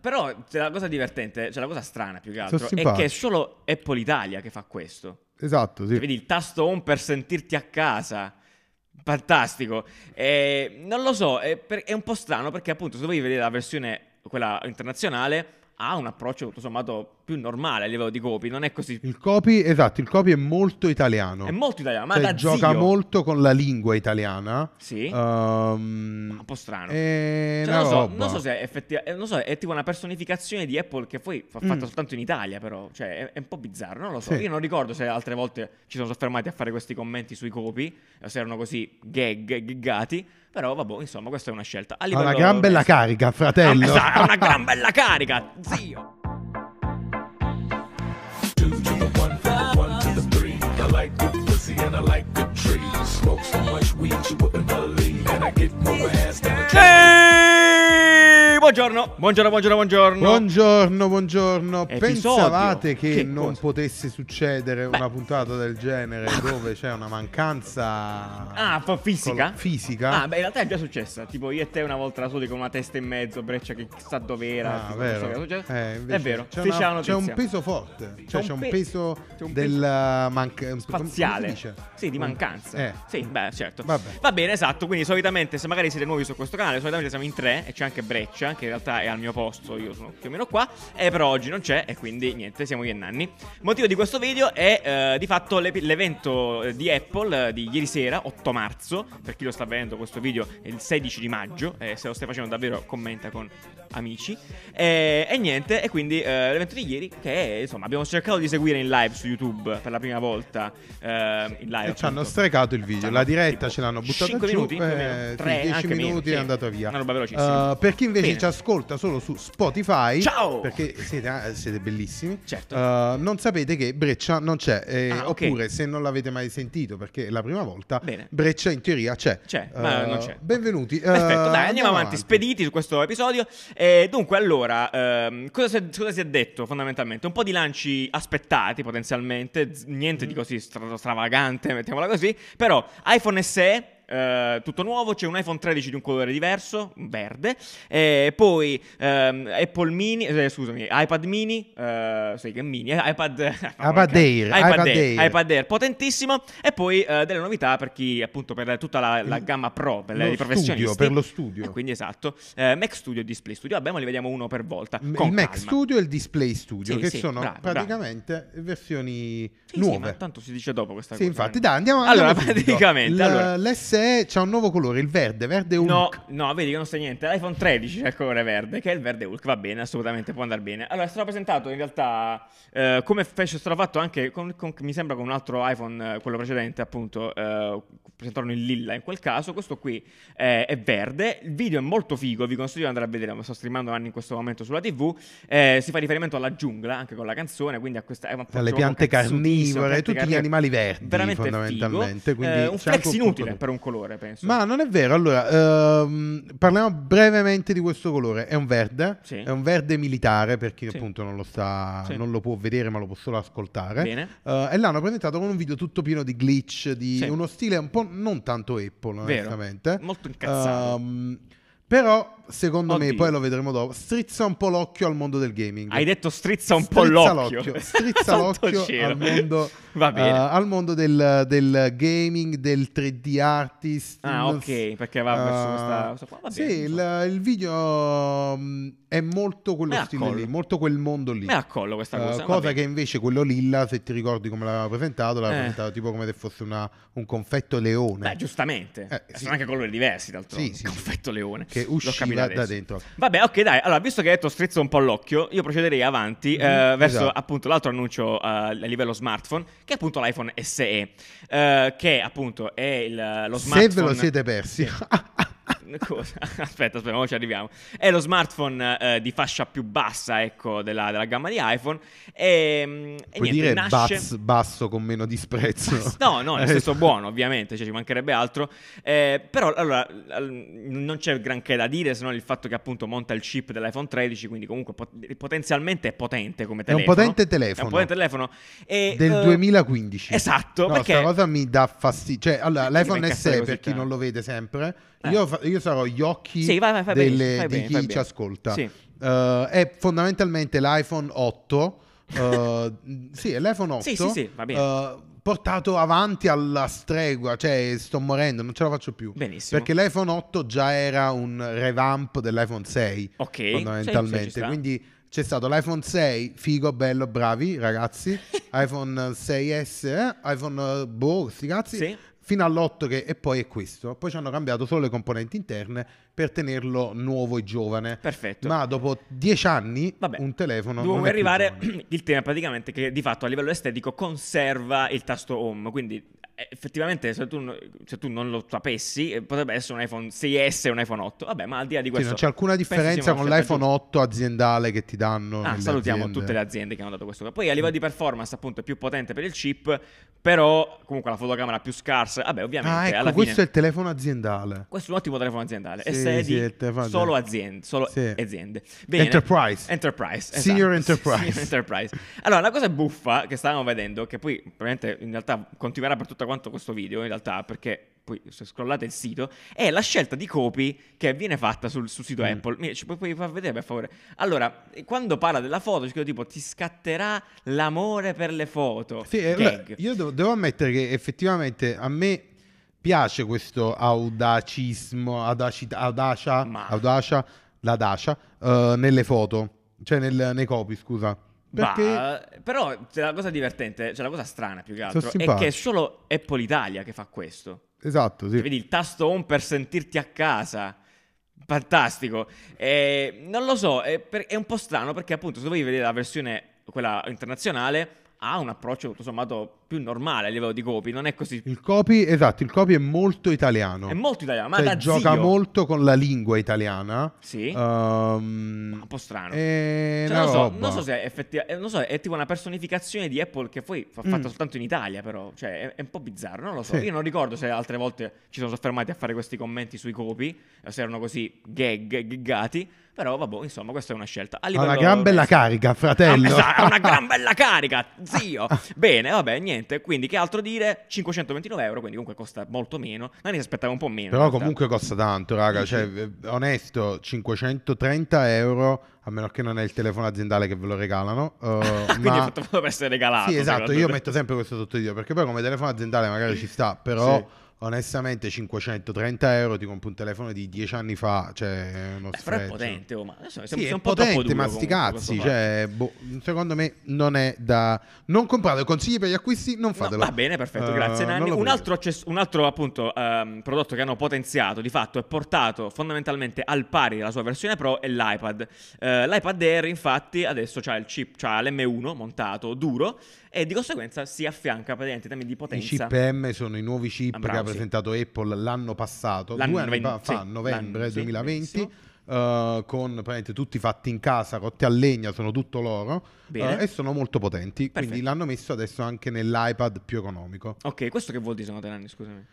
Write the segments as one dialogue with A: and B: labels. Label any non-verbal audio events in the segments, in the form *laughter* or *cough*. A: però c'è la cosa divertente, cioè la cosa strana più che altro, è che è
B: simpatici.
A: solo Apple Italia che fa questo.
B: Esatto, sì.
A: Cioè, vedi il tasto home per sentirti a casa. Fantastico. Eh, non lo so, è, per- è un po' strano perché appunto se dovevi vedere la versione, quella internazionale, ha un approccio tutto sommato più normale a livello di copy, non è così...
B: Il copy, esatto, il copy è molto italiano.
A: È molto italiano, ma
B: Cioè,
A: da
B: gioca
A: zio.
B: molto con la lingua italiana.
A: Sì,
B: Ehm,
A: ma un po' strano.
B: eh, è
A: Cioè,
B: una
A: non, so,
B: roba.
A: non so se è effettivamente. Non so, è tipo una personificazione di Apple che poi fa fatta
B: Mm.
A: soltanto in Italia, però. Cioè, è, è un po' bizzarro. Non lo so.
B: Sì.
A: Io non ricordo se altre volte ci sono soffermati a fare questi commenti sui copi. o Se erano così gag, giggati. Però, vabbè, insomma, questa è una scelta. A
B: Ha una
A: livello-
B: gran bella carica, fratello.
A: Ah, esatto, *laughs* ha una gran bella carica, zio.
C: Two to the one, from the one to the three. I like good pussy and I like good trees. Smoke so much weed you wouldn't believe, and I get more ass than a
A: Ehi, Buongiorno, Ah, buongiorno, buongiorno, buongiorno.
B: *laughs* Buongiorno, buongiorno.
A: Episodio.
B: Pensavate che,
A: Eh, Che
B: non
A: cosa?
B: potesse succedere
A: Beh.
B: una puntata del genere dove c'è una mancanza
A: Ah, fa fisica?
B: col- fisica?
A: Ah, beh, in realtà è già successa. Tipo, io e te una volta la soli con una testa in mezzo, breccia che chissà dov'era.
B: Ah,
A: tipo, non so
B: vero.
A: che era successo.
B: Eh, invece
A: cioè, è vero,
B: C'è,
A: sì,
B: una-
A: c'è la
B: c'è un
A: notizia.
B: peso forte. Cioè,
A: un
B: c'è un
A: pe-
B: peso
A: c'è un
B: del eh,
A: peso
B: manca-
A: Spaziale,
B: come si dice?
A: sì, di mancanza.
B: Eh.
A: Sì, beh, certo.
B: Vabbè.
A: Va bene, esatto. Quindi, solitamente, se magari siete nuovi su questo canale, solitamente siamo in tre e c'è anche Breccia, che in realtà è al mio posto. Io sono più o meno qua. E però oggi non c'è, e quindi niente, siamo io e Nanni. Il motivo di questo video è eh, di fatto l'ep- l'evento eh, di Apple eh, di ieri sera, 8 marzo. Per chi lo sta vedendo, questo video è il 16 di maggio. eh, se lo stai facendo davvero, commenta con amici. Eh, E, niente, e quindi eh, l'evento di ieri, che insomma abbiamo cercato di seguire in live su YouTube per la prima volta. eh, in live.
B: E ci hanno
A: appunto.
B: strecato il video.
A: Cioè,
B: La
A: no,
B: diretta
A: tipo
B: ce l'hanno buttata
A: cinque
B: giù.
A: minuti, più o meno,
B: eh, sì,
A: tre,
B: 10
A: anche meno,
B: minuti
A: sì.
B: è andata via.
A: Una roba velocissima.
B: Eh, per chi invece
A: Bene.
B: ci ascolta solo su Spotify,
A: Ciao!
B: perché siete, eh, siete bellissimi,
A: Certo.
B: eh, non sapete che Breccia non c'è. eh,
A: Ah, ok.
B: Oppure se non l'avete mai sentito perché è la prima volta,
A: Bene.
B: Breccia in teoria c'è.
A: C'è, ma
B: Eh,
A: non c'è.
B: Benvenuti. eh,
A: Perfetto, dai, andiamo avanti, spediti su questo episodio. Eh, dunque, allora, ehm, cosa, si è, cosa si è detto fondamentalmente? Un po' di lanci aspettati potenzialmente, z- niente
B: Mm.
A: di così stra- stravagante, mettiamola così, però iPhone SE. eh, tutto nuovo, c'è un iPhone 13 di un colore diverso, verde, eh, poi ehm, Apple Mini, eh, scusami, iPad Mini, eh, sì, che Mini, eh, iPad, *laughs*
B: iPad Air,
A: iPad
B: iPad
A: Air,
B: Air.
A: iPad Air, potentissimo, e poi eh, delle novità per chi appunto per tutta la, la
B: Il-
A: gamma Pro, per le,
B: lo
A: i professionisti.
B: studio, per lo studio.
A: E quindi esatto, eh, Mac Studio e Display Studio. Vabbè, ma li vediamo uno per volta.
B: M-
A: con
B: il Mac
A: calma.
B: Studio e il Display Studio,
A: Sì,
B: che
A: sì,
B: sono
A: bravo, bravo.
B: praticamente versioni
A: Sì, sì,
B: nuove.
A: ma tanto si dice dopo questa
B: Sì,
A: cosa.
B: infatti,
A: eh.
B: dai, andiamo
A: Allora,
B: andiamo subito.
A: praticamente,
B: L-
A: allora.
B: L'SE c'ha un nuovo colore, il verde, verde Hulk.
A: No, no, vedi che non sta niente. L'iPhone 13 è il colore verde, che è il verde Hulk, va bene, assolutamente può andare bene. Allora, è stato presentato in realtà eh, come fece, è stato fatto anche con, con- mi sembra con un altro iPhone, eh, quello precedente, appunto, eh, presentarono il lilla in quel caso. Questo qui eh, è verde. Il video è molto figo, vi consiglio di andare a vedere. Lo sto streamando anni in questo momento sulla TV. Eh, si fa riferimento alla giungla anche con la canzone, quindi a questa. È un
B: Alle
A: approccio
B: piante
A: proprio cazzutissimo,
B: carnivore,
A: piante
B: tutti gli
A: carnivore.
B: animali verdi,
A: Veramente figo.
B: fondamentalmente. Quindi
A: Eh, un
B: c'è
A: flex
B: anche un
A: inutile
B: punto
A: per un colore, penso.
B: Ma non è vero, allora, ehm, parliamo brevemente di questo colore. È un verde,
A: Sì.
B: è un verde militare per chi
A: Sì.
B: appunto non lo, sta,
A: Sì.
B: non lo può vedere ma lo può solo ascoltare.
A: Bene.
B: Eh, e l'hanno presentato con un video tutto pieno di glitch, di
A: Sì.
B: uno stile un po' non tanto
A: Vero.
B: Apple, onestamente.
A: Molto incazzato.
B: Ehm, però, secondo me,
A: Oddio.
B: poi lo vedremo dopo, strizza un po' l'occhio al mondo del gaming.
A: Hai detto strizza un po'
B: Strizza
A: l'occhio. *laughs*
B: Strizza
A: Santo
B: l'occhio
A: cielo.
B: al mondo,
A: Va bene.
B: eh, al mondo del, del gaming, del 3D artist.
A: Ah, ok, perché va verso
B: Eh,
A: questa- questa qua, va bene,
B: sì,
A: insomma.
B: il, il video mm, è molto quello
A: Me la
B: stile
A: collo.
B: lì, molto quel mondo lì.
A: Me la collo questa
B: Eh,
A: cosa.
B: cosa
A: vabbè.
B: che invece quello lilla, se ti ricordi come l'aveva presentato, l'aveva
A: Eh.
B: presentato tipo come se fosse una- un confetto leone.
A: Beh, giustamente.
B: Eh, sì.
A: Sono anche colori diversi, d'altronde.
B: Sì, sì.
A: Confetto leone.
B: Che
A: L'ho capito
B: usciva da
A: adesso.
B: dentro.
A: Vabbè, ok, dai. Allora, visto che hai detto strizzo un po' l'occhio, io procederei avanti
B: Mhm,
A: eh, verso
B: esatto.
A: appunto l'altro annuncio eh, a livello smartphone, che è appunto l'iPhone SE, eh, che appunto è il- lo
B: Se
A: smartphone...
B: ve lo siete persi,
A: *laughs* Cosa? Aspetta, aspetta, ora ci arriviamo. È lo smartphone eh, di fascia più bassa, ecco, della, della gamma di iPhone. E, mm, e
B: *laughs*
A: niente,
B: puoi dire
A: nasce...
B: bass- basso con meno disprezzo.
A: Basta- *laughs* No, no, nel
B: *laughs* Eh,
A: senso buono, ovviamente, cioè, ci mancherebbe altro. Eh, però allora al- non c'è granché da dire se non il fatto che appunto monta il chip dell'iPhone 13, quindi comunque pot- potenzialmente è potente come
B: È un
A: telefono.
B: potente
A: È un
B: telefono.
A: potente telefono. E,
B: del
A: eh,
B: 2015.
A: Esatto,
B: No,
A: perché
B: sta cosa mi dà fastidio. Cioè, allora,
A: Perché mi fa
B: l'iPhone
A: incazzare
B: SE,
A: così
B: per chi
A: tanto?
B: non lo vede sempre,
A: Eh.
B: io, fa- io sarò gli occhi
A: Sì, vai, vai, fai
B: delle-
A: bene, fai
B: di
A: bene,
B: chi
A: fai
B: ci
A: bene.
B: ascolta.
A: Sì.
B: eh, è fondamentalmente l'iPhone 8. eh, *laughs* sì, è l'iPhone 8.
A: Sì, sì, sì, va bene.
B: eh, portato avanti alla stregua, cioè sto morendo, non ce la faccio più.
A: Benissimo.
B: Perché l'iPhone 8 già era un revamp dell'iPhone 6,
A: Ok, sì, sì, ci
B: fondamentalmente.
A: sta.
B: Quindi c'è stato l'iPhone 6, figo, bello,
A: *laughs*
B: bravi ragazzi. iPhone 6S, eh, iPhone eh, boh, sti cazzi.
A: Sì.
B: Fino all'8 che e poi è questo. Poi ci hanno cambiato solo le componenti interne per tenerlo nuovo e giovane.
A: Perfetto.
B: Ma dopo 10 anni
A: Certo. Vabbè,
B: un telefono
A: Dovevamo
B: non è
A: *laughs*
B: più
A: arrivare
B: giovane.
A: *clears throat* il tema praticamente che di fatto a livello estetico conserva il tasto home, quindi eh, effettivamente se tu, no- se tu non lo sapessi eh, potrebbe essere un iPhone 6S e un iPhone 8, vabbè ma al di là di
B: Sì,
A: questo...
B: non c'è alcuna
A: penso
B: differenza
A: sia
B: con
A: una scelta
B: l'iPhone 8 aziendale che ti danno.
A: Ah,
B: nelle
A: salutiamo
B: aziende.
A: tutte le aziende che hanno dato questo. Poi a livello di performance, appunto, è più potente per il chip, però comunque la fotocamera più scarsa. Vabbè, ovviamente,
B: Ah, ecco,
A: cioè, alla
B: questo
A: fine
B: è il telefono aziendale.
A: questo è un ottimo telefono aziendale. e
B: Sì,
A: se è
B: sì,
A: di
B: è il telefono
A: solo
B: aziendale.
A: aziende, solo
B: Sì.
A: aziende. Bene.
B: Enterprise.
A: Enterprise, esatto.
B: Senior
A: Sì,
B: Enterprise.
A: Senior Enterprise. Allora, la cosa buffa che stavamo vedendo, che poi probabilmente in realtà continuerà per tutto quanto questo video, in realtà, perché poi se scrollate il sito, è la scelta di copy che viene fatta sul, sul sito
B: Mm.
A: Apple. Mi- Ci puoi, puoi far vedere per favore? Allora, quando parla della foto, scrive tipo ti scatterà l'amore per le foto.
B: Sì, eh,
A: Gag.
B: allora, io devo, devo ammettere che effettivamente a me piace questo audacismo, audaci- audacia,
A: Ma-
B: audacia, la dacia, eh, nelle foto, cioè nel- nei copi, scusa. Perché
A: Bah, però c'è la cosa divertente, c'è la cosa strana più che altro,
B: Sono
A: è che è
B: simpatici.
A: solo Apple Italia che fa questo.
B: esatto, sì.
A: Cioè, Vedi il tasto home per sentirti a casa. Fantastico. Eh, non lo so, è, per- è un po' strano perché appunto se voi vedete la versione, quella internazionale, ha un approccio tutto sommato più normale a livello di copy, non è così...
B: il copy, esatto, il copy è molto italiano.
A: È molto italiano, ma
B: Cioè,
A: da
B: gioca Eh,
A: zio.
B: molto con la lingua italiana.
A: Sì,
B: Ehm,
A: un po' strano.
B: è
A: Cioè,
B: Eh, una
A: non, lo so,
B: roba.
A: non so se è effettivamente. Non so, è tipo una personificazione di Apple che poi fa fatta
B: Mm.
A: soltanto in Italia, però. Cioè, è, è un po' bizzarro, non lo so.
B: Sì.
A: Io non ricordo se altre volte ci sono soffermati a fare questi commenti sui copi, eh, se erano così gag, giggati. Però, vabbè, insomma, questa è una scelta. A
B: Ha una
A: livello *laughs*
B: gran bella
A: resto-
B: carica, fratello.
A: Ah, esatto, ha una
B: *laughs*
A: gran bella carica, zio. Bene, vabbè, niente. Quindi, che altro dire? 529 euro, quindi comunque costa molto meno. Nani si aspettava un po' meno. in
B: Però
A: realtà.
B: comunque costa tanto, raga.
A: Dici?
B: Cioè, eh, onesto, 530 euro, a meno che non è il telefono aziendale che ve lo regalano.
A: *laughs*
B: eh,
A: *laughs* Quindi è
B: ma...
A: fatto proprio per essere regalato.
B: Sì, esatto,
A: secondo
B: io
A: te.
B: metto sempre questo sottotitolo, perché poi come telefono aziendale magari ci sta, però
A: Sì.
B: onestamente 530 euro ti compri un telefono di 10 anni fa, cioè è uno
A: Beh, Eh, però è
B: sfregio.
A: potente, oh, ma adesso
B: Sì, è
A: un po' troppo
B: potente,
A: duro
B: ma sti
A: comunque, questo
B: cazzi,
A: fatto.
B: cioè, boh, secondo me non è da... Non comprate consigli per gli acquisti, non
A: No,
B: fatelo.
A: va bene, perfetto,
B: Eh,
A: grazie
B: non
A: Nanni.
B: lo
A: Un
B: prendete.
A: altro, access- un altro, appunto ehm, prodotto che hanno potenziato di fatto e portato fondamentalmente al pari della sua versione Pro è l'iPad. Eh, L'iPad Air infatti adesso ha il chip, c'ha l'M1 montato duro e di conseguenza si affianca praticamente in termini di
B: I
A: potenza.
B: chip M sono i nuovi chip
A: Ah,
B: che
A: bravo,
B: ha
A: sì.
B: presentato Apple l'anno passato,
A: L'anno
B: due anni
A: ven-
B: fa, fa,
A: sì, l'anno-
B: novembre
A: sì,
B: 2020,
A: benissimo.
B: eh, con praticamente tutti fatti in casa, cotti a legna, sono tutto loro
A: Bene.
B: eh, e sono molto potenti,
A: Perfetto.
B: quindi l'hanno messo adesso anche nell'iPad più economico.
A: Ok, questo che vuol dire secondo te Nanni, scusami?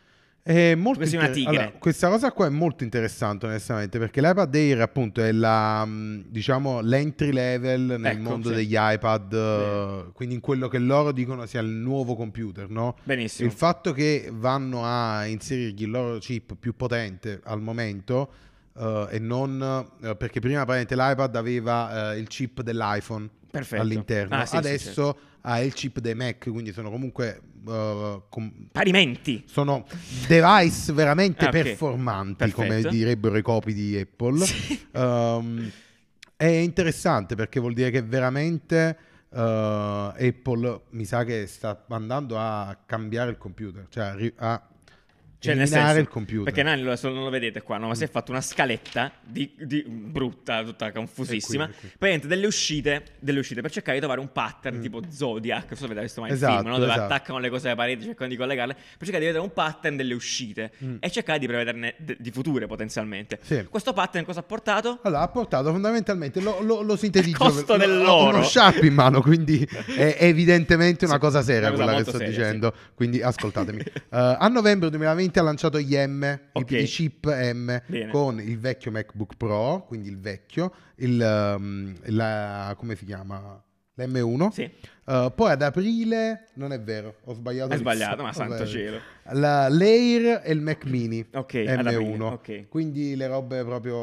B: È molto
A: Questa è una tigre.
B: allora, questa cosa qua è molto interessante onestamente perché l'iPad Air appunto è la mh, diciamo l'entry level nel
A: Ecco,
B: mondo
A: sì.
B: degli iPad, eh, quindi in quello che loro dicono sia il nuovo computer, no?
A: Benissimo.
B: Il fatto che vanno a inserirgli il loro chip più potente al momento eh, e non eh, perché prima praticamente l'iPad aveva eh, il chip dell'iPhone
A: Perfetto.
B: all'interno,
A: Ah, sì, sì,
B: adesso
A: certo.
B: ha il chip dei Mac, quindi sono comunque eh, com-
A: Parimenti.
B: sono device veramente
A: Ah, ok.
B: performanti,
A: Perfetto.
B: come direbbero i copi di Apple.
A: Sì.
B: Ehm, è interessante perché vuol dire che veramente eh, Apple mi sa che sta andando a cambiare il computer, cioè a ri- a
A: Cioè, nel senso,
B: eliminare il computer.
A: Perché Nani lo, non lo vedete qua, no? ma si è fatto una scaletta di, di- brutta, tutta confusissima.
B: È qui, è qui.
A: Praticamente delle uscite, delle uscite per cercare di trovare un pattern tipo Zodiac. Non so se avete visto mai il
B: Mm. Esatto,
A: film, no? dove
B: esatto.
A: attaccano le cose alle pareti, cercano di collegarle. Per cercare di vedere un pattern delle uscite
B: Mm.
A: e cercare di prevederne de- di future potenzialmente.
B: Sì. Ah,
A: Questo pattern cosa ha portato?
B: Allora, ha portato fondamentalmente lo, lo, lo sintetizzo
A: Il costo
B: lo-
A: dell'oro.
B: Ho uno sharp in mano, quindi è
A: *laughs*
B: evidentemente una
A: Sì,
B: cosa seria
A: una cosa
B: quella che
A: molto
B: sto
A: seria,
B: dicendo.
A: *laughs*
B: Quindi ascoltatemi. Eh, a novembre 2020 ha lanciato gli M, i-
A: Ok.
B: i, chip M
A: Bene.
B: con il vecchio MacBook Pro, quindi il vecchio, il ehm, la, come si chiama? l'M1.
A: Sì.
B: Eh, poi ad aprile, non è vero, ho sbagliato.
A: Hai
B: il-
A: sbagliato, ma
B: ho
A: santo
B: sbagliato.
A: cielo.
B: La Lair e il Mac Mini
A: Ok, ad aprile,
B: M1.
A: ok.
B: Quindi le robe proprio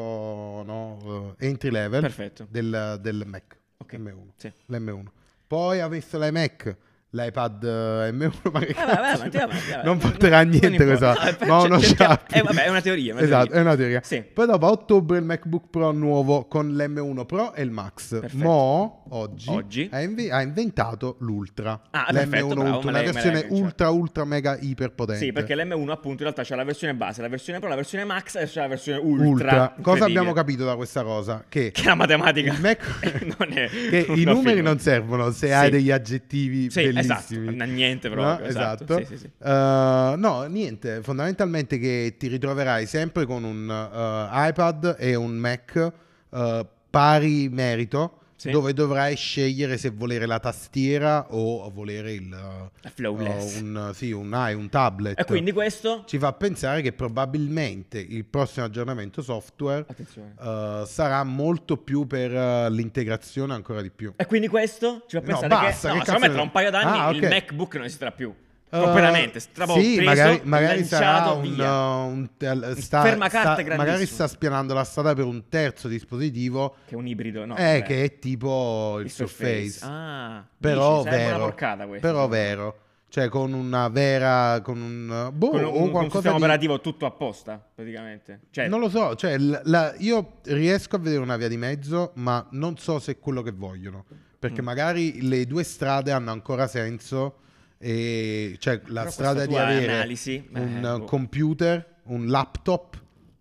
B: no, eh, entry level
A: Perfetto.
B: del, del Mac
A: Ok.
B: M1.
A: Sì.
B: l'M1. Poi ha messo l'iMac, l'iPad eh, *laughs* M1, ma che
A: Eh, vabbè,
B: cazzo?
A: avanti, avanti, avanti.
B: non porterà a niente
A: importa.
B: questa,
A: Vabbè,
B: ma
A: cer-
B: uno
A: cerchiamo-
B: sharpie.
A: eh, vabbè, è una teoria, è una
B: esatto,
A: teoria.
B: è una teoria.
A: Sì.
B: Poi dopo a ottobre il MacBook Pro nuovo con l'M1 Pro e il Max.
A: Perfetto.
B: Mo, oggi,
A: Oggi.
B: Ha, invi- ha inventato l'Ultra.
A: Ah,
B: l'M1
A: perfetto, bravo,
B: Ultra,
A: me
B: una
A: l'hai- me l'hai
B: versione
A: agganciato.
B: ultra, ultra, mega, iper potente.
A: Sì, perché l'M1 appunto in realtà c'è la versione base, la versione Pro, la versione Max e c'è la versione Ultra.
B: ultra. Cosa
A: Incredibile.
B: abbiamo capito da questa cosa? Che
A: Che la matematica *laughs* Eh,
B: Il Mac-
A: non è
B: che i
A: una
B: numeri
A: figura.
B: non servono se
A: Sì.
B: hai degli aggettivi
A: Sì, esatto,
B: bellissimi.
A: non ha niente proprio, esatto. Sì, sì, sì.
B: Eh, no, niente, fondamentalmente che ti ritroverai sempre con un eh, iPad e un Mac eh, pari merito
A: Sì.
B: dove dovrai scegliere se volere la tastiera o volere il eh,
A: Flawless.
B: un, sì, un, i- un tablet.
A: E quindi questo
B: ci fa pensare che probabilmente il prossimo aggiornamento software
A: Attenzione.
B: eh, sarà molto più per eh, l'integrazione ancora di più.
A: E quindi questo ci fa
B: No,
A: pensare che,
B: basta, che
A: no, secondo
B: cazzo
A: me
B: ne-
A: tra un paio d'anni
B: Ah,
A: il
B: ok.
A: MacBook non esisterà più.
B: Eh,
A: Completamente, stra- proprio
B: sì,
A: preso,
B: magari, magari sarà
A: lanciato
B: un,
A: via.
B: uh, un tel- sta,
A: fermacarte
B: sta-
A: grandissimo.
B: magari sta spianando la strada per un terzo dispositivo
A: Che è un ibrido, no?
B: eh,
A: vabbè.
B: che è tipo il, Surface,
A: Ah,
B: però
A: dici, sarebbe una
B: vero,
A: porcata questa,
B: però
A: secondo me.
B: vero, cioè con una vera, con un, boh,
A: Con un,
B: o
A: un
B: qualcosa
A: sistema
B: di,
A: operativo tutto apposta, praticamente. Cioè,
B: non lo so, cioè l- la- io riesco a vedere una via di mezzo, ma non so se è quello che vogliono, perché
A: Mm.
B: magari le due strade hanno ancora senso, e cioè la
A: Però
B: strada
A: questa
B: di
A: tua
B: avere
A: analisi,
B: un
A: eh,
B: eh,
A: boh.
B: computer, un laptop,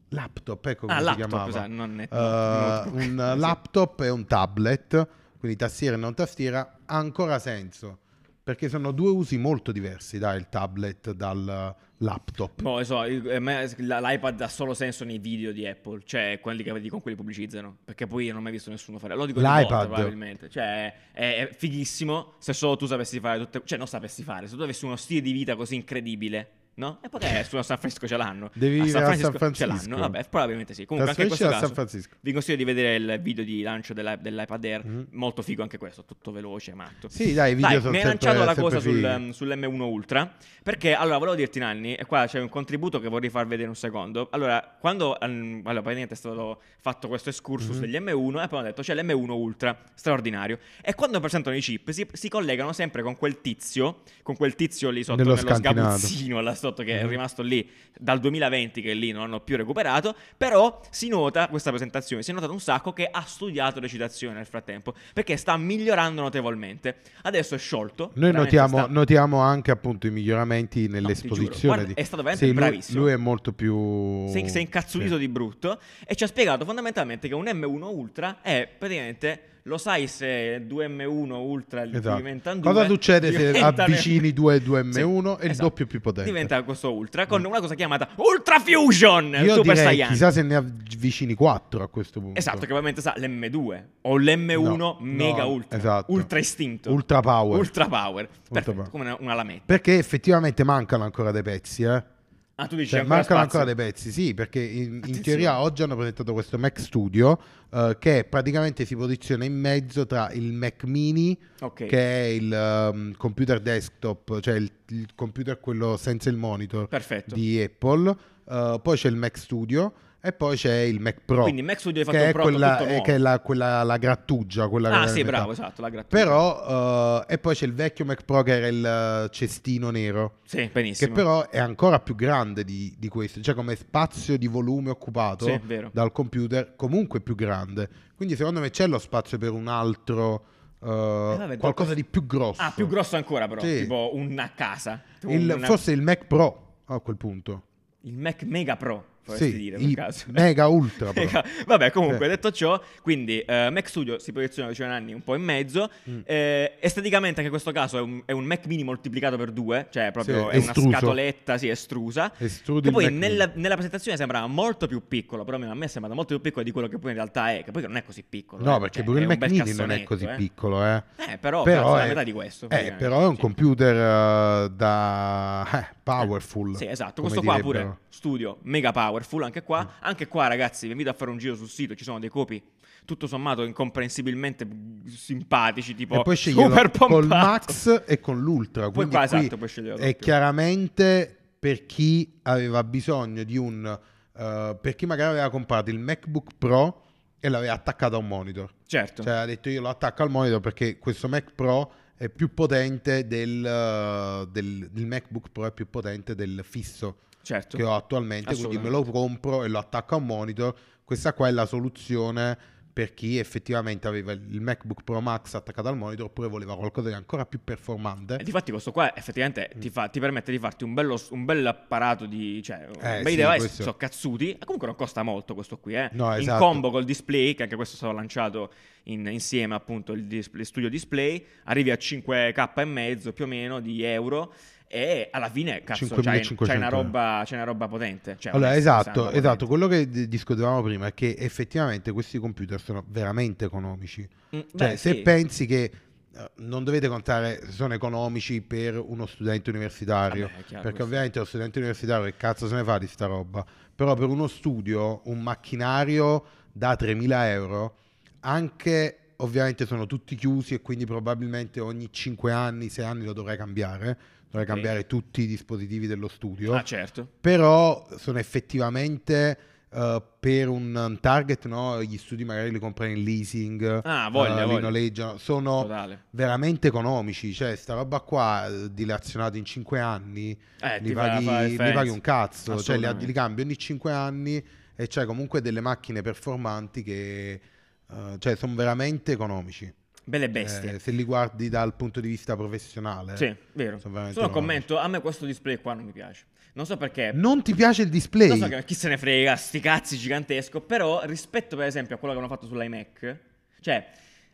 B: laptop, ecco come
A: Ah,
B: si
A: laptop,
B: chiamava,
A: scusa, non net-
B: Eh,
A: notebook. *laughs*
B: un
A: Sì.
B: laptop e un tablet, quindi tastiera e non tastiera, ha ancora senso. Perché sono due usi molto diversi, dai, il tablet dal laptop.
A: boh, non so, il- a me la- l'iPad ha solo senso nei video di Apple, cioè quelli che, con quelli pubblicizzano, perché poi io non ho mai visto nessuno fare. Lo dico ogni
B: L'iPad.
A: volta, probabilmente. Cioè, è, è fighissimo se solo tu sapessi fare tutte, cioè non sapessi fare, se tu avessi uno stile di vita così incredibile. No? E perché su- a San Francisco ce l'hanno?
B: Devi
A: a San
B: vivere a
A: Francisco,
B: San Francisco.
A: ce l'hanno. Vabbè, probabilmente sì. Comunque anche in questo
B: Trasferisci a
A: caso
B: San Francisco.
A: vi consiglio di vedere il video di lancio della- dell'iPad Air,
B: Mhm.
A: molto figo anche questo, tutto veloce, matto.
B: Sì, dai, i video
A: Dai,
B: sono
A: mi hai
B: sempre-
A: lanciato la
B: sempre
A: cosa sul,
B: fighi.
A: ehm, sull'M1 Ultra. Perché allora volevo dirti, Nanni, e qua c'è un contributo che vorrei far vedere un secondo. Allora, quando ehm, allora, praticamente è stato fatto questo excursus
B: Mhm.
A: degli M1, e poi hanno detto c'è l'M1 Ultra, straordinario. E quando presentano i chip, si, si collegano sempre con quel tizio, con quel tizio lì sotto,
B: Nello
A: nello,
B: scantinato.
A: sgabuzzino là sotto, che è
B: Mhm.
A: rimasto lì dal 2020, che lì non hanno più recuperato. Però si nota questa presentazione, si è notato un sacco che ha studiato recitazione nel frattempo, perché sta migliorando notevolmente. Adesso è sciolto.
B: Noi
A: veramente
B: notiamo,
A: sta-
B: notiamo anche appunto i miglioramenti
A: No, ti giuro,
B: nell'esposizione.
A: guarda,
B: di-
A: è stato veramente
B: Sì, lui-
A: bravissimo.
B: Lui, è molto più.
A: si, si è incazzolito
B: Sì.
A: di brutto e ci ha spiegato fondamentalmente che un M1 Ultra è praticamente lo sai se 2M1 Ultra li
B: Esatto.
A: diventano due
B: Cosa succede se
A: diventano-
B: avvicini due 2M1
A: Sì,
B: e il
A: esatto.
B: doppio più potente?
A: diventa questo Ultra con una cosa chiamata Ultra Fusion
B: Io
A: Super
B: direi,
A: Saiyan
B: chissà se ne avvicini 4 a questo punto.
A: esatto che ovviamente sa l'M2 o l'M1
B: No,
A: Mega
B: no,
A: Ultra
B: esatto.
A: Ultra Istinto
B: Ultra power.
A: Ultra Power Perfetto,
B: power.
A: come una, una lametta
B: Perché effettivamente mancano ancora dei pezzi, eh?
A: ah tu dici
B: Cioè,
A: c'è ancora
B: mancano
A: spazio?
B: ancora dei pezzi, sì, perché in- in,
A: Attenzione.
B: teoria oggi hanno presentato questo Mac Studio eh, che praticamente si posiziona in mezzo tra il Mac Mini,
A: Ok.
B: che è il ehm, computer desktop, cioè il, il computer quello senza il monitor
A: perfetto
B: di Apple, eh, poi c'è il Mac Studio e poi c'è il Mac Pro.
A: quindi Mac Studio hai fatto
B: che
A: un
B: è,
A: prodotto
B: quella,
A: tutto
B: eh,
A: nuovo
B: che è la, quella, la grattugia, quella che
A: ah
B: era
A: sì
B: in metà.
A: bravo esatto la grattugia
B: Però, eh, e poi c'è il vecchio Mac Pro che era il eh, cestino nero.
A: sì
B: Che
A: benissimo
B: però è ancora più grande di, di questo, cioè come spazio di volume occupato
A: Sì, è vero.
B: dal computer, comunque più grande. Quindi secondo me c'è lo spazio per un altro, eh,
A: vabbè,
B: qualcosa
A: dopo-
B: di più grosso.
A: Ah, più grosso ancora, però.
B: Sì.
A: Tipo una casa. Tipo
B: Il-
A: una-
B: Forse il Mac Pro a quel punto.
A: il Mac Mega Pro, vorresti
B: Sì,
A: dire,
B: i
A: per caso.
B: Mega
A: *laughs*
B: Ultra Pro. Eh.
A: Mega- Vabbè, comunque,
B: Sì.
A: detto ciò, quindi eh, Mac Studio si posiziona vicino a anni un po' in mezzo.
B: Mm.
A: Eh, esteticamente, anche in questo caso, è un, è un Mac Mini moltiplicato per due, cioè proprio
B: Sì,
A: è
B: estruso.
A: una scatoletta, sì, estrusa.
B: Estrudi
A: Che
B: il
A: poi
B: Mac Mini.
A: nella, nella presentazione sembrava molto più piccolo, però almeno a me è sembrato molto più piccolo di quello che poi in realtà è, che poi non è così piccolo.
B: No,
A: eh,
B: perché
A: cioè,
B: pure
A: è
B: il
A: un
B: Mac
A: bel
B: Mini non è
A: cassonetto,
B: così
A: eh.
B: piccolo, eh.
A: Eh, però,
B: Però
A: cazzo, è la
B: è-
A: metà di questo.
B: Eh,
A: praticamente.
B: però è un
A: Sì.
B: computer eh, da eh, *laughs* powerful.
A: Sì, esatto.
B: come
A: Questo qua
B: direbbero. Mm.
A: pure studio mega powerful. Anche qua, anche qua, ragazzi, vi invito a fare un giro sul sito. Ci sono dei copi tutto sommato incomprensibilmente simpatici, tipo
B: e
A: super
B: poi sceglierlo col
A: pompato.
B: Max e con l'Ultra.
A: Poi
B: Quindi
A: qua
B: qui
A: esatto, puoi scegliere la
B: è
A: doppia.
B: chiaramente per chi aveva bisogno di un... eh, per chi magari aveva comprato il MacBook Pro e l'aveva attaccato a un monitor.
A: Certo.
B: Cioè ha detto io lo attacco al monitor perché questo Mac Pro è più potente del... eh, del- il MacBook Pro è più potente del fisso
A: Certo.
B: che ho attualmente, quindi me lo
A: Assolutamente.
B: compro e lo attacco a un monitor. Questa qua è la soluzione per chi effettivamente aveva il MacBook Pro Max attaccato al monitor oppure voleva qualcosa di ancora più performante.
A: E difatti questo qua effettivamente
B: Mm.
A: ti, fa- ti permette di farti un, bello, un bel apparato di... Cioè, un
B: Eh,
A: bel
B: sì,
A: device,
B: questo.
A: so, cazzuti. Ma comunque non costa molto questo qui, eh.
B: No,
A: In
B: esatto.
A: combo col display, che anche questo è stato lanciato in- insieme appunto il display- studio display, arrivi a 5k e mezzo più o meno di euro e alla fine, cazzo, c'hai,
B: 5.500
A: c'hai una roba, c'hai una roba potente. Cioè,
B: Allora,
A: onesta, c'hai
B: esatto,
A: una roba
B: esatto.
A: potente.
B: quello che di- discutevamo prima è che effettivamente questi computer sono veramente economici.
A: Mm,
B: Cioè,
A: beh,
B: se
A: sì.
B: pensi che eh, non dovete contare se sono economici per uno studente universitario,
A: Vabbè, è chiaro
B: perché
A: questo.
B: ovviamente lo studente universitario che cazzo se ne fa di sta roba, però per uno studio un macchinario da 3.000 euro, anche ovviamente sono tutti chiusi e quindi probabilmente ogni 5 anni, 6 anni lo dovrai cambiare, dovrai
A: Ok.
B: cambiare tutti i dispositivi dello studio
A: Ah, certo.
B: però sono effettivamente eh, per un target no? gli studi magari li comprano in leasing
A: Ah, voglia,
B: eh, li
A: voglia.
B: noleggiano sono
A: Totale.
B: veramente economici cioè sta roba qua eh, dilazionata in 5 anni
A: Eh,
B: li
A: ti fa-
B: paghi,
A: fa
B: li
A: differenza.
B: paghi un cazzo cioè li,
A: Assolutamente.
B: li cambi ogni 5 anni e c'hai comunque delle macchine performanti che eh, cioè sono veramente economici
A: Belle bestie.
B: Eh, se li guardi dal punto di vista professionale
A: Sì, vero.
B: sono Eh, veramente
A: Solo
B: economici.
A: commento, a me questo display qua non mi piace. Non so perché.
B: non ti piace il display
A: Non so che- chi se ne frega, sti cazzi gigantesco, però rispetto per esempio a quello che hanno fatto sull'iMac, cioè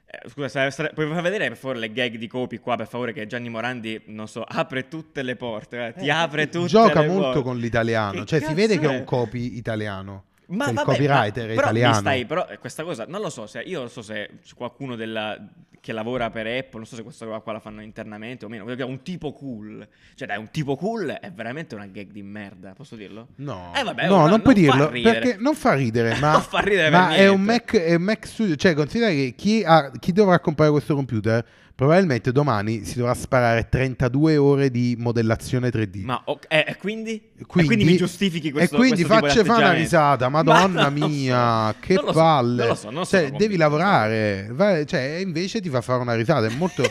A: eh, Scusa, sare- sare- puoi far vedere per favore le gag di Copi qua, per favore, che Gianni Morandi, non so, apre tutte le porte, eh, ti apre tutte
B: gioca
A: le
B: molto
A: porte.
B: con l'italiano,
A: Che
B: cioè si vede
A: cazzo
B: che è
A: è?
B: un copy italiano.
A: Ma
B: Cioè, il
A: vabbè,
B: copywriter
A: ma-
B: è
A: però mi
B: italiano.
A: stai- però eh, questa cosa non lo so. Se, io non so se c'è qualcuno della- che lavora per Apple, non so se questa cosa qua la fanno internamente o meno. Perché è un tipo cool. Cioè, dai, un tipo cool è veramente una gag di merda, posso dirlo?
B: No,
A: Eh, vabbè,
B: no,
A: ma
B: non puoi
A: non fa
B: dirlo
A: ridere.
B: perché non
A: *laughs*
B: fa ridere, Eh, ma,
A: Non fa ridere per
B: ma è un Mac,
A: niente.
B: è un Mac Studio, cioè considera che chi, ha- chi dovrà comprare questo computer probabilmente domani si dovrà sparare 32 ore di modellazione 3D.
A: Ma ok, eh, e quindi? E
B: Quindi-
A: mi giustifichi questo
B: e quindi
A: questo tipo di
B: faccia fare una
A: atteggiamento?
B: risata, madonna
A: Ma non lo
B: mia,
A: so,
B: che
A: non lo so,
B: palle.
A: non lo so, non
B: Cioè,
A: sono
B: devi
A: convinto, non sono
B: lavorare, vai- cioè, e invece ti fa fare una risata, è
A: *laughs*
B: molto...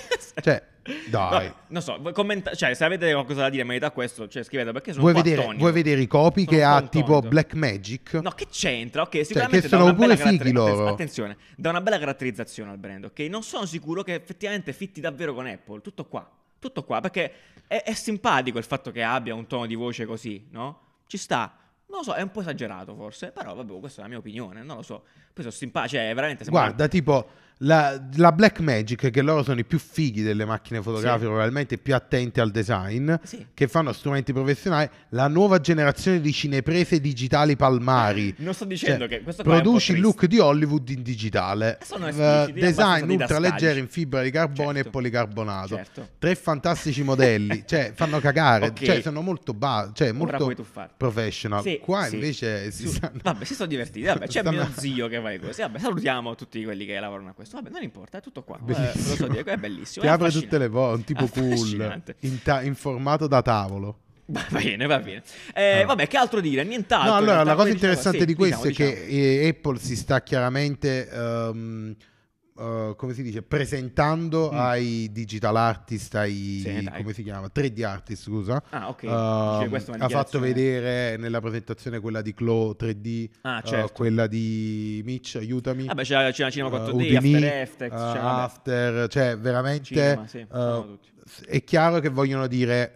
B: cioè, dai.
A: Vabbè, non so, voi commenta- cioè, se avete qualcosa da dire in merito a questo, cioè, scrivete perché sono
B: Vuoi
A: qua
B: vedere,
A: attonito.
B: vuoi vedere i copi
A: Sono un
B: che
A: po'
B: ha tipo
A: attonito.
B: Black Magic?
A: No, che c'entra? Ok, sicuramente
B: Cioè, che
A: dà
B: sono
A: una bella
B: pure fighi
A: caratteri-
B: loro.
A: Attenzione, da una bella caratterizzazione al brand, ok? Non sono sicuro che effettivamente fitti davvero con Apple, tutto qua. Tutto qua, perché è, è simpatico il fatto che abbia un tono di voce così, no? Ci sta. Non lo so, è un po' esagerato forse, però vabbè, boh, questa è la mia opinione, non lo so. Poi sono simpatico, cioè è veramente sembra-
B: Guarda, tipo la, la Black Magic, che loro sono i più fighi delle macchine fotografiche,
A: Sì.
B: probabilmente più attenti al design,
A: Sì.
B: che fanno strumenti professionali, la nuova generazione di cineprese digitali palmari.
A: *laughs* Non sto Eh, dicendo
B: Cioè,
A: che questo qua
B: Produci
A: è
B: il
A: un po'
B: look di Hollywood in digitale,
A: Sono
B: Eh,
A: espliciti,
B: design
A: abbastanza
B: ultra leggero
A: didascalici.
B: in fibra di carbonio
A: Certo.
B: e policarbonato.
A: Certo.
B: Tre
A: *laughs*
B: fantastici modelli, cioè fanno cagare,
A: Ok.
B: cioè sono molto, ba- cioè,
A: Ora
B: molto
A: puoi tuffarti.
B: professional.
A: Sì,
B: Qua
A: sì.
B: invece si
A: Su-
B: stanno-
A: Vabbè, si sono divertiti. Vabbè, c'è
B: stanno-
A: mio zio che fa le cose. Vabbè, salutiamo tutti quelli che lavorano a questo. Vabbè, non importa, è tutto qua. Eh,
B: Bellissimo.
A: lo so dire, è bellissimo.
B: Ti
A: è
B: apre
A: affascinante.
B: tutte le volte, un tipo cool,
A: Affascinante.
B: in, ta- in formato da tavolo.
A: *laughs* Va bene, va bene. Eh,
B: Ah.
A: Vabbè, che altro dire? Nient'altro.
B: No,
A: in
B: allora
A: realtà,
B: la cosa
A: come diceva-
B: interessante
A: sì,
B: di questo
A: diciamo,
B: è che eh, Apple si sta chiaramente, ehm, eh, come si dice, presentando
A: Mm.
B: ai digital artist, ai,
A: Sì, dai.
B: come si chiama, 3D artist, scusa.
A: diciamo. Ah, ok.
B: Ehm,
A: Cioè, questa è una
B: ha fatto
A: dichiarazione.
B: vedere nella presentazione quella di Clo 3D,
A: Ah,
B: eh,
A: certo. Ah,
B: quella di Mitch, aiutami.
A: Vabbè, c'è la, c'è la Cinema
B: eh,
A: 4D,
B: Udemy,
A: After Effects.
B: eh,
A: c'è, vabbè.
B: After, cioè veramente
A: Cinema, sì,
B: eh,
A: sono tutti.
B: è chiaro che vogliono dire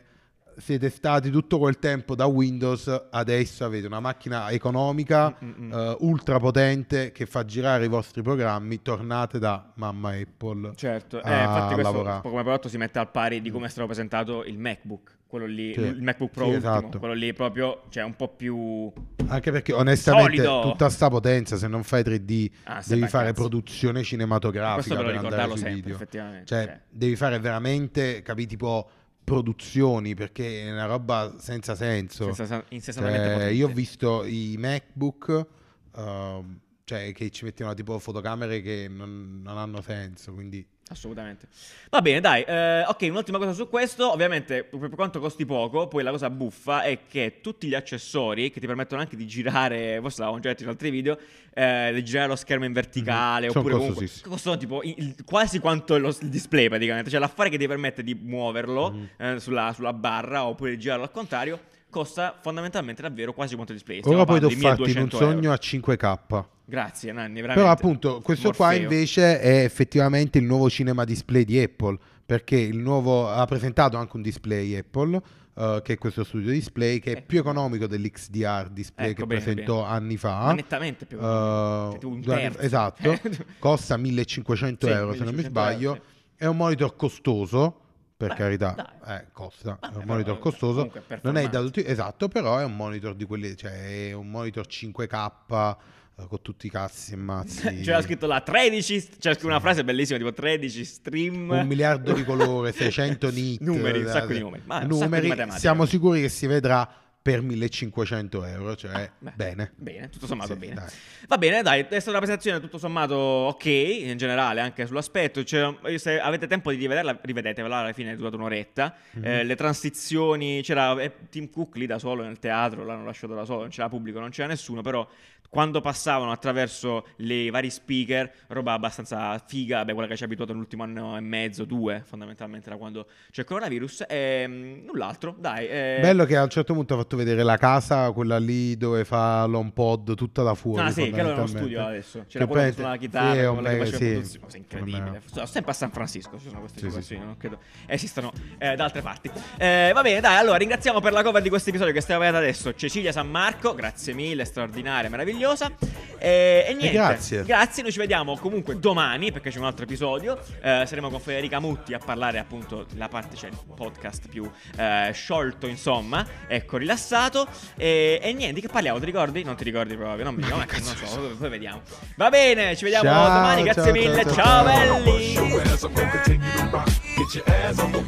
B: siete stati tutto quel tempo da Windows, adesso avete una macchina economica
A: Mm, mm, mm.
B: eh, ultra potente che fa girare i vostri programmi, tornate da mamma Apple.
A: Certo, eh,
B: a
A: infatti questo
B: lavorare.
A: come prodotto si mette al pari di come è stato presentato il MacBook, quello lì,
B: Sì.
A: il MacBook Pro
B: Sì,
A: ultimo,
B: esatto.
A: quello lì proprio, cioè un po' più...
B: Anche perché onestamente
A: Solido!
B: tutta sta potenza, se non fai 3D,
A: Ah, se
B: devi
A: vai,
B: fare
A: cazzo.
B: produzione
A: Questo
B: cinematografica
A: però
B: per andare
A: ricordarlo
B: sui
A: sempre,
B: video.
A: effettivamente.
B: Cioè,
A: cioè.
B: devi fare veramente, capi, tipo produzioni, perché è una roba senza senso.
A: Senza-
B: Cioè,
A: insensatamente potente.
B: io ho visto i MacBook, ehm, cioè che ci mettono tipo fotocamere che non, non hanno senso, quindi
A: Assolutamente. Va bene, dai. eh, ok, un'ultima cosa su questo. Ovviamente, per per quanto costi poco, poi la cosa buffa è che tutti gli accessori che ti permettono anche di girare, forse l'avevo già detto in altri video, eh, di girare lo schermo in verticale
B: Mhm. Sono
A: oppure comunque
B: costosissimi.
A: costano tipo il- quasi quanto lo- il display praticamente, cioè l'affare che ti permette di muoverlo
B: Mhm.
A: eh, sulla, sulla barra oppure di girarlo al contrario costa fondamentalmente davvero quasi quanto il display. Stiamo
B: ora poi devo
A: parlando di
B: farti un
A: 1200 euro.
B: sogno a 5K.
A: Grazie Nanni, veramente.
B: Però appunto questo qua
A: Morfeo.
B: invece è effettivamente il nuovo cinema display di Apple, perché il nuovo ha presentato anche un display Apple, eh, che è questo studio display, che è
A: Ecco.
B: più economico dell'XDR display
A: Ecco,
B: che
A: bene,
B: presentò anni fa.
A: Ma nettamente più.
B: Eh,
A: Cioè, tipo un
B: due anni-
A: terzo. *laughs*
B: esatto, costa 1500
A: Sì,
B: euro se non mi
A: 1500
B: sbaglio.
A: euro,
B: È un monitor costoso, per
A: Beh,
B: carità,
A: dai.
B: eh, costa.
A: Vabbè,
B: è un
A: però,
B: monitor costoso.
A: comunque,
B: non è da
A: performante.
B: tutti, esatto, però è un monitor di quelli, cioè è un monitor 5K eh, con tutti i cazzi e mazzi.
A: *laughs* C'era Cioè, scritto là 13, st- c'era scritto una frase bellissima tipo 13 stream.
B: un miliardo
A: *laughs*
B: di colore, 600 nit.
A: Numeri, un sacco di numeri. Ma un sacco di
B: numeri,
A: matematica.
B: siamo sicuri che si vedrà per 1500 euro, cioè
A: Ah, Beh,
B: bene.
A: Bene, tutto sommato
B: Sì,
A: bene. Eh,
B: dai.
A: Va bene, dai, è stata una presentazione tutto sommato ok, in generale anche sull'aspetto. Cioè, se avete tempo di rivederla, rivedetevela, alla fine è durata un'oretta.
B: Mhm.
A: Eh, le transizioni, c'era eh, Tim Cook lì da solo nel teatro, l'hanno lasciato da solo, non c'era pubblico, non c'era nessuno, però quando passavano attraverso le vari speaker, roba abbastanza figa, beh, quella che ci ha abituato nell'ultimo anno e mezzo, due fondamentalmente da quando c'è il coronavirus, e mm, null'altro, dai. eh,
B: Bello che a un certo punto ha fatto vedere la casa, quella lì dove fa l'HomePod tutta da fuori.
A: Ah, sì, che allora è uno studio
B: fondamentalmente.
A: adesso. C'era
B: Che
A: quello che
B: pensi-
A: suona la
B: sì, è
A: chitarra,
B: un
A: quello che
B: bel-
A: faceva
B: sì,
A: produzione. Cosa incredibile.
B: secondo
A: So- Sempre a San Francisco ci sono queste
B: Sì, sì,
A: situazioni,
B: sì.
A: non credo esistano eh, da altre parti. Eh, va bene, dai, allora ringraziamo per la cover di questo episodio che stiamo vedendo adesso Cecilia San Marco, grazie mille, straordinaria, meravigliosa. Eh, e niente,
B: grazie.
A: noi ci vediamo comunque domani perché c'è un altro episodio. Eh, saremo con Federica Mutti a parlare appunto la parte, cioè il podcast più eh, sciolto, insomma, ecco, rilassato. E, e niente, di che parliamo? Ti ricordi? Non ti ricordi proprio, non mi ricordo, ma che non so, poi vediamo. Va bene, ci vediamo
B: Ciao,
A: domani, grazie
B: ciao,
A: mille,
B: ciao,
A: ciao
B: ciao.
A: belli!
C: Show ass, I'm gonna continue to rock. Get your ass on the